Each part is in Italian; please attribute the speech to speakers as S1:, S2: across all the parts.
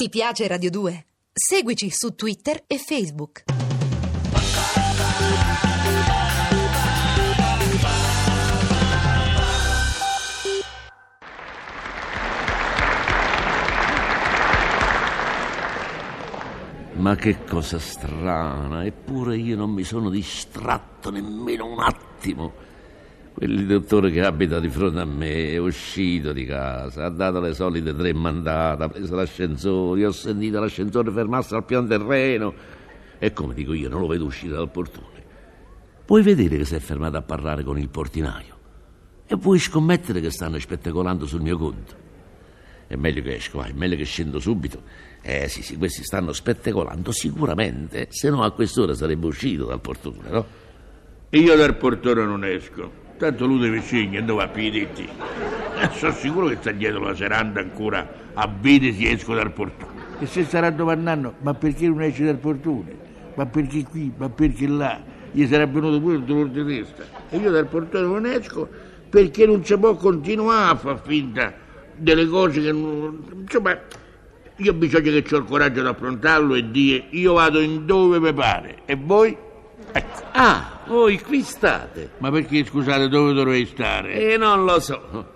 S1: Ti piace Radio 2? Seguici su Twitter e Facebook.
S2: Ma che cosa strana, eppure io non mi sono distratto nemmeno un attimo. Quel dottore che abita di fronte a me è uscito di casa, ha dato le solite tre mandate, ha preso l'ascensore, io ho sentito l'ascensore fermarsi al pian terreno e come dico io non lo vedo uscire dal portone. Puoi vedere che si è fermato a parlare con il portinaio e puoi scommettere che stanno spettacolando sul mio conto. È meglio che esco, vai, è meglio che scendo subito. Eh sì, sì, questi stanno spettacolando sicuramente, se no a quest'ora sarebbe uscito dal portone, no?
S3: Io dal portone non esco. Tanto lui deve scegliere dove va i detti. E Eh, sono sicuro che sta dietro la seranda ancora a vedere se esco dal portone.
S4: E se sarà domandando, ma perché non esci dal portone? Ma perché qui? Ma perché là? Gli sarà venuto pure il dolore di testa.
S3: E io dal portone non esco perché non si può continuare a far finta delle cose che non... Insomma, io bisogna che ho il coraggio di affrontarlo e dire io vado in dove mi pare. E voi? Ecco.
S2: Ah, voi qui Eh, state.
S3: Ma perché, scusate, dove dovrei stare?
S2: E non lo so.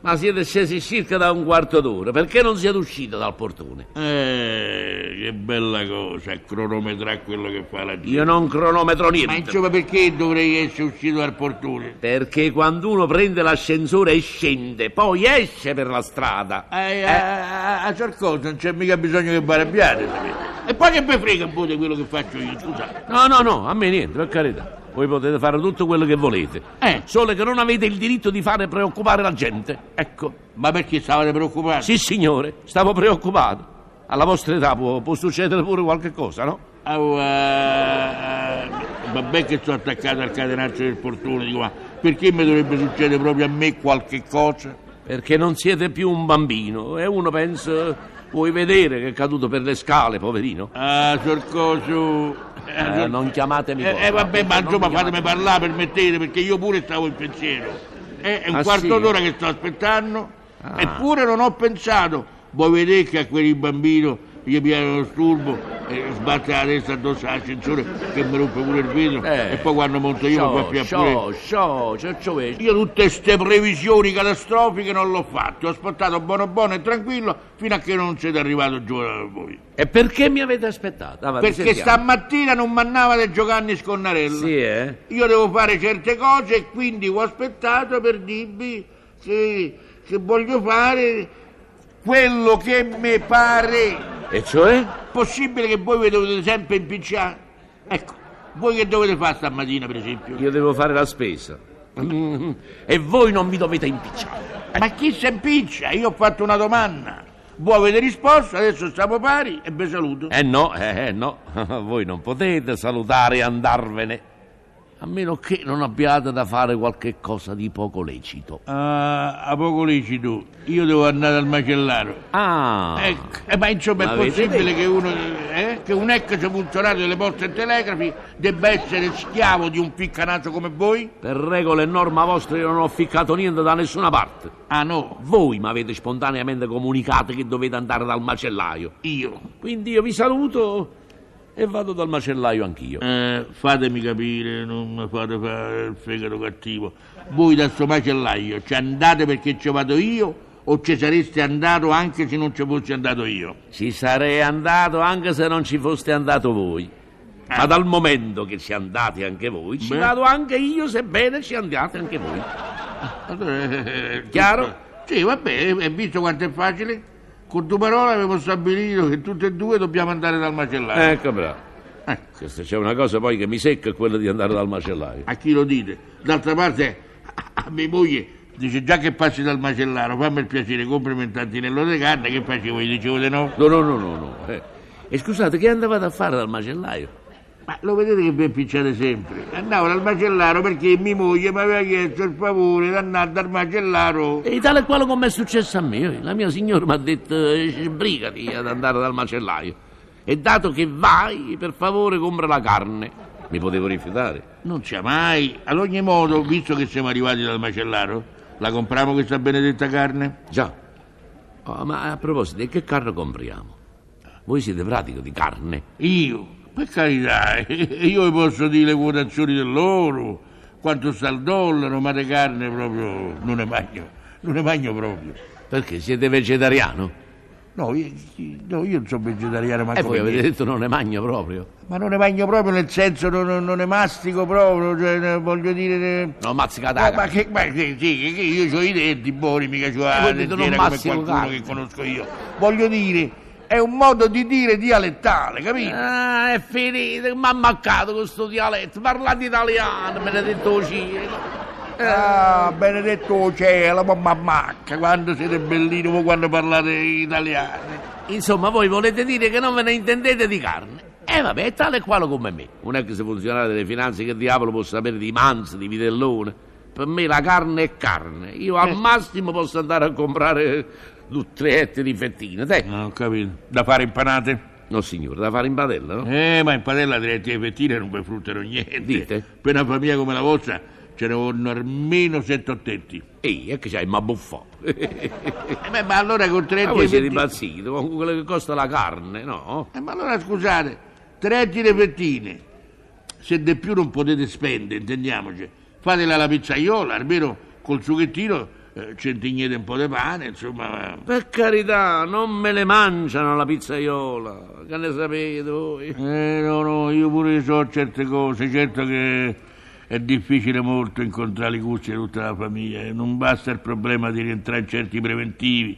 S2: Ma siete scesi circa da un quarto d'ora, perché non siete usciti dal portone?
S3: Eh, che bella cosa, cronometrare quello che fa la gente.
S2: Io non cronometro
S4: Ma
S2: niente.
S4: insomma perché dovrei essere uscito dal portone?
S2: Perché quando uno prende l'ascensore e scende, poi esce per la strada.
S4: Eh, a, a, a
S3: cioè,
S4: sor cosa, non c'è mica bisogno che vi arrabbiate, sapete?
S3: E poi che mi frega un po' di quello che faccio io, scusate.
S2: No, no, no, a me niente, per carità. Voi potete fare tutto quello che volete.
S3: Eh.
S2: Solo che non avete il diritto di fare preoccupare la gente. Ecco.
S4: Ma perché stavate preoccupati?
S2: Sì, signore, stavo preoccupato. Alla vostra età può, può succedere pure qualche cosa, no?
S3: Au, eh, eh, vabbè che sono attaccato al catenaccio del portone, dico, ma perché mi dovrebbe succedere proprio a me qualche cosa?
S2: Perché non siete più un bambino e uno pensa, vuoi vedere che è caduto per le scale, poverino?
S3: Ah, sorcoso.
S2: Eh, non chiamatemi
S3: Eh,
S2: così.
S3: eh, vabbè, ma
S2: Non
S3: insomma
S2: mi
S3: fatemi
S2: chiamate.
S3: parlare, permettete, perché io pure stavo in pensiero. Eh, è un
S2: Ah,
S3: quarto
S2: sì?
S3: d'ora che sto aspettando,
S2: Ah.
S3: eppure non ho pensato. Vuoi vedere che a quel bambino gli piano lo sturbo e sbatte la testa addosso all'ascensore che mi rompe pure il vetro
S2: Eh.
S3: e poi quando monto io mi fa più
S2: Sciò,
S3: pure.
S2: sciò, sciò, sciò, sciò, eh.
S3: Io tutte queste previsioni catastrofiche non l'ho fatte, ho aspettato buono buono e tranquillo fino a che non siete arrivato giù da voi.
S2: E perché mi avete aspettato? Ah, va, vi
S3: Perché
S2: sentiamo.
S3: stamattina non mannava di Giovanni Sconnarello.
S2: Sì, eh?
S3: Io devo fare certe cose e quindi ho aspettato per dirvi che, che voglio fare quello che mi pare.
S2: E cioè?
S3: Possibile che voi vi dovete sempre impicciare? Ecco, voi che dovete fare stamattina per esempio?
S2: Io devo fare la spesa. Mm, E voi non mi dovete impicciare.
S3: Ma chi si impiccia? Io ho fatto una domanda. Voi avete risposto, adesso stiamo pari e vi saluto.
S2: Eh no, eh eh, no, voi non potete salutare e andarvene. A meno che non abbiate da fare qualche cosa di poco lecito.
S3: Ah, a poco lecito, io devo andare al macellaro.
S2: Ah,
S3: Ecco, eh, ma insomma è
S2: L'avete
S3: possibile
S2: detto.
S3: che, uno, eh, che un ex funzionario delle poste e telegrafi debba essere schiavo di un piccanato come voi?
S2: per regole e norma vostra io non ho ficcato niente da nessuna parte.
S3: Ah no,
S2: Voi mi avete spontaneamente comunicato che dovete andare dal macellaio.
S3: io.
S2: Quindi io vi saluto e vado dal macellaio anch'io.
S3: Eh, fatemi capire, non mi fate fare il fegato cattivo. Voi da sto macellaio ci andate perché ci vado io o ci sareste andato anche se non ci fossi andato io?
S2: Ci sarei andato anche se non ci foste andato voi. Ma dal momento che ci andate anche voi, ci
S3: Beh.
S2: vado anche io, sebbene ci andiate anche voi.
S3: Allora, eh,
S2: Chiaro?
S3: Sì, vabbè, e visto quanto è facile? Con due parole avevo stabilito che tutti e due dobbiamo andare dal macellaio.
S2: Ecco, bravo. Che se Ecco. c'è una cosa poi che mi secca è quella di andare dal macellaio.
S3: A chi lo dite? D'altra parte, a, a mia moglie dice già che passi dal macellaro, fammi il piacere, complimentarti nell'ora di carne, che facevo? Gli dicevo di no.
S2: No, no, no, no, no. eh. E scusate, che andavate a fare dal macellaio?
S3: Ma lo vedete che vi impicciate sempre? Andavo dal macellaro perché mia moglie mi aveva chiesto il favore di andare dal macellaro.
S2: E tale e quale come è successo a me. Eh, La mia signora mi ha detto, eh, sbrigati ad andare dal macellaio. E dato che vai, per favore compra la carne. Mi potevo rifiutare.
S3: Non c'è mai. Ad ogni modo, visto che siamo arrivati dal macellaro, la compriamo questa benedetta carne?
S2: Oh, Già. Ah, ma a proposito, e che carro compriamo? Voi siete pratico di carne.
S3: Io, per carità, io vi posso dire le quotazioni dell'oro, quanto sta il dollaro, ma di carne proprio non ne mangio, non ne mangio proprio.
S2: Perché siete vegetariano?
S3: No, io, no, io non sono vegetariano, ma
S2: E Eh, voi avete detto non ne mangio proprio.
S3: Ma non ne mangio proprio nel senso, non, non- non ne mastico proprio, cioè, ne- voglio dire... ne-
S2: Non mazzica
S3: Ma, ma
S2: taca.
S3: che, ma che- sì, che- che io ho i denti buoni, mica ho la
S2: quindi tu Eh, non
S3: dentiera come
S2: mastico
S3: qualcuno
S2: carne.
S3: che conosco io. Voglio dire, è un modo di dire dialettale, capito?
S2: Ah, è finito, mi ha mancato questo dialetto. Parlate italiano, me ne ha detto uscire.
S3: Ah, benedetto cielo, ma mammacca, quando siete bellini, voi quando parlate italiano.
S2: Insomma, voi volete dire che non ve ne intendete di carne. E vabbè, è tale e quale come me. Un ex funzionario delle finanze che diavolo può sapere di manzo, di vitellone. Per me la carne è carne. Io al massimo posso andare a comprare due, tre etti di fettine. Dai.
S3: Non Ah, ho capito. Da fare impanate?
S2: No, signore, da fare in padella, no?
S3: Eh, ma in padella diretti ai fettine non vi fruttano niente.
S2: Dite.
S3: Per una famiglia come la vostra ce ne vogliono almeno sette ottetti.
S2: Ehi, e che c'hai, ma buffò.
S3: Eh, beh, ma allora con tre
S2: Ma voi
S3: etti
S2: siete
S3: fettine...
S2: impazziti con quello che costa la carne, no?
S3: Eh, ma allora scusate, tre etti di fettine, se di più non potete spendere, intendiamoci, fatela alla pizzaiola, almeno col sughettino eh, centignete un po' di pane, insomma...
S2: Per carità, non me le mangiano la pizzaiola. Che ne sapete voi?
S3: Eh, no, no, io pure so certe cose, certo che è difficile molto incontrare i gusti di tutta la famiglia, eh, non basta il problema di rientrare in certi preventivi,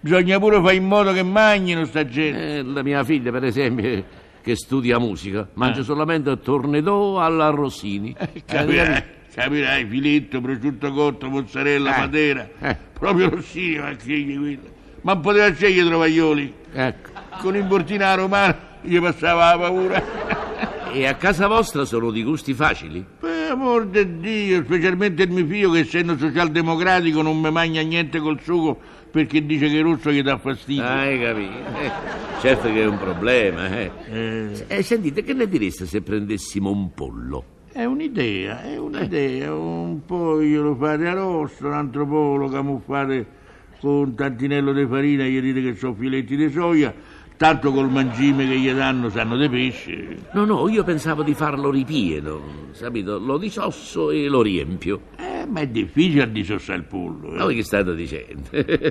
S3: bisogna pure fare in modo che mangiano sta gente.
S2: Eh, la mia figlia, per esempio, che studia musica, mangia solamente tornedò alla Rossini.
S3: Eh, Capirai, capirai, filetto, prosciutto cotto, mozzarella,
S2: Eh.
S3: madera,
S2: Eh.
S3: proprio Rossini ma sceglie quello. Ma poteva scegliere Trovaglioli,
S2: Ecco.
S3: con l'importina romana gli passava la paura.
S2: E a casa vostra sono di gusti facili?
S3: Per amor di Dio, specialmente il mio figlio che essendo socialdemocratico non mi mangia niente col sugo perché dice che il rosso gli dà fastidio.
S2: Hai capito? Eh, certo che è un problema, eh. Eh, sentite, che ne direste se prendessimo un pollo?
S3: È un'idea, è un'idea, un po' glielo fate arrosto, un altro po' lo camuffate con un tantinello di farina e gli dite che sono filetti di soia, tanto col mangime che gli danno sanno di pesce.
S2: No, no, io pensavo di farlo ripieno, sapito? Lo disosso e lo riempio.
S3: Eh, ma è difficile disossare il pollo. eh.
S2: Ma voi che state dicendo?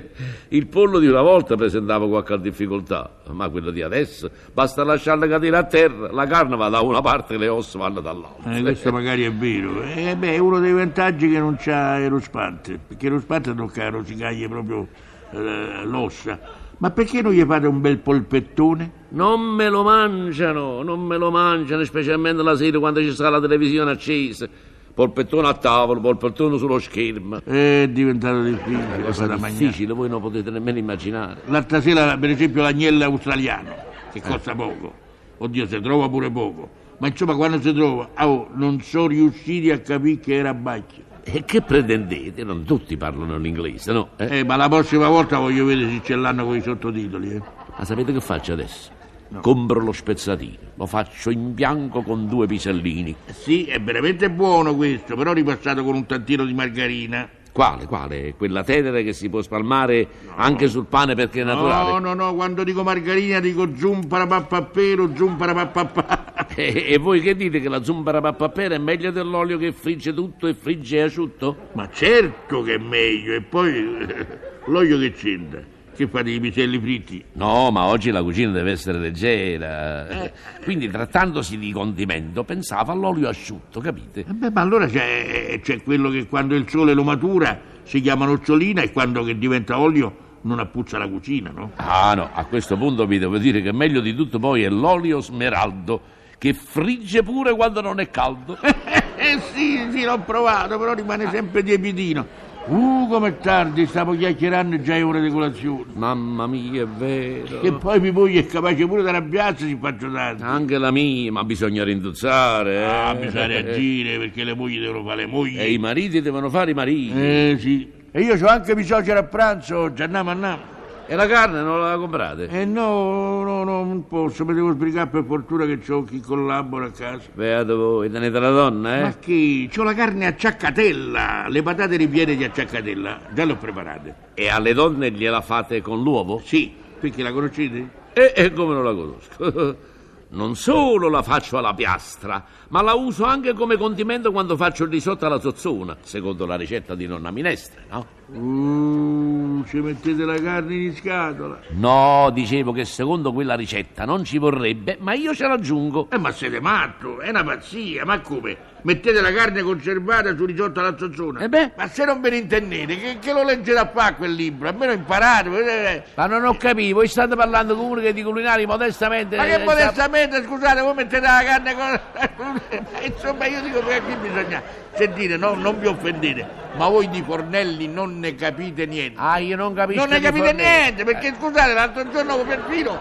S2: Il pollo di una volta presentava qualche difficoltà, ma quello di adesso basta lasciarla cadere a terra, la carne va da una parte e le ossa vanno dall'altra.
S3: Eh, questo magari è vero. Eh, beh, è uno dei vantaggi che non c'ha Aerospante, perché Aerospante tocca rosicaglie proprio eh, l'ossa. Ma perché non gli fate un bel polpettone?
S2: Non me lo mangiano, non me lo mangiano, specialmente la sera quando ci sta la televisione accesa. Polpettone a tavolo, polpettone sullo schermo.
S3: Eh, È diventato difficile
S2: Cosa
S3: fare da mangiare.
S2: difficile, voi non potete nemmeno immaginare.
S3: L'altra sera, per esempio, l'agnello australiano,
S2: Eh.
S3: che costa poco. Oddio, si trova pure poco. Ma insomma, quando si trova, ah, oh, non sono riusciti a capire che era bacchio.
S2: E che pretendete? Non tutti parlano l'inglese, no? Eh?
S3: Eh, ma la prossima volta voglio vedere se ce l'hanno con i sottotitoli, eh.
S2: Ma sapete che faccio adesso? Compro lo spezzatino, lo faccio in bianco con due pisellini.
S3: Sì, è veramente buono questo, però ripassato con un tantino di margarina.
S2: Quale, quale? Quella tenera che si può spalmare anche sul pane perché è naturale.
S3: No, no, no, quando dico margarina dico zumpara pappappero, zumpara pappappà.
S2: E, e voi che dite che la zumbara pappapera è meglio dell'olio che frigge tutto e frigge asciutto?
S3: Ma certo che è meglio, e poi eh, l'olio che c'entra? Che fate i piselli fritti?
S2: No, ma oggi la cucina deve essere leggera.
S3: Eh.
S2: Quindi, trattandosi di condimento, pensavo all'olio asciutto, capite?
S3: Eh beh, ma allora c'è, c'è quello che quando il sole lo matura si chiama nocciolina e quando che diventa olio non appuzza la cucina, no?
S2: Ah no, a questo punto vi devo dire che meglio di tutto poi è l'olio smeraldo, che frigge pure quando non è caldo.
S3: Eh sì, sì, l'ho provato, però rimane sempre tiepidino. Uh, com'è tardi, stavo chiacchierando e già è ora di colazione.
S2: Mamma mia, è vero.
S3: E poi mia moglie è capace pure di arrabbiarsi se faccio tanto.
S2: Anche la mia, ma bisogna rintuzzare. eh.
S3: Ah, bisogna reagire perché le mogli devono fare le mogli.
S2: E i mariti devono fare i mariti.
S3: Eh sì. E io ho anche mia suocera a pranzo, oggi, andiamo, andiamo.
S2: E la carne non la comprate?
S3: E no, no, no, non posso, mi devo sbrigare per fortuna che ho chi collabora a casa.
S2: Beato voi, tenete la donna, eh?
S3: Ma che? C'ho la carne a ciaccatella, le patate ripiene di acciaccatella, già le ho preparate.
S2: E alle donne gliela fate con l'uovo?
S3: Sì, perché la conoscete?
S2: E, e come non la conosco? Non solo la faccio alla piastra, ma la uso anche come condimento quando faccio il risotto alla zozzona, secondo la ricetta di nonna minestra, no?
S4: Uh, ci mettete la carne in scatola.
S2: No, dicevo che secondo quella ricetta non ci vorrebbe, ma io ce l'aggiungo.
S3: Eh, ma siete matto, è una pazzia, ma come? Mettete la carne conservata su risotto alla zozzona?
S2: E Eh beh?
S3: Ma se non ve ne intendete, che, che lo leggete a fa quel libro? Almeno imparate. eh.
S2: Ma non ho capito, voi state parlando con uno che di culinari modestamente...
S3: Ma che
S2: eh, sa-
S3: modestamente, scusate, voi mettete la carne con... Insomma, io dico che qui bisogna... Sentite, no, non vi offendete, ma voi di fornelli non ne capite niente.
S2: Ah, io non capisco...
S3: non ne
S2: di
S3: capite
S2: fornelli. Eh.
S3: niente, perché scusate, l'altro giorno perfino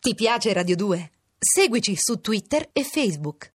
S1: Ti piace Radio 2? Seguici su Twitter e Facebook.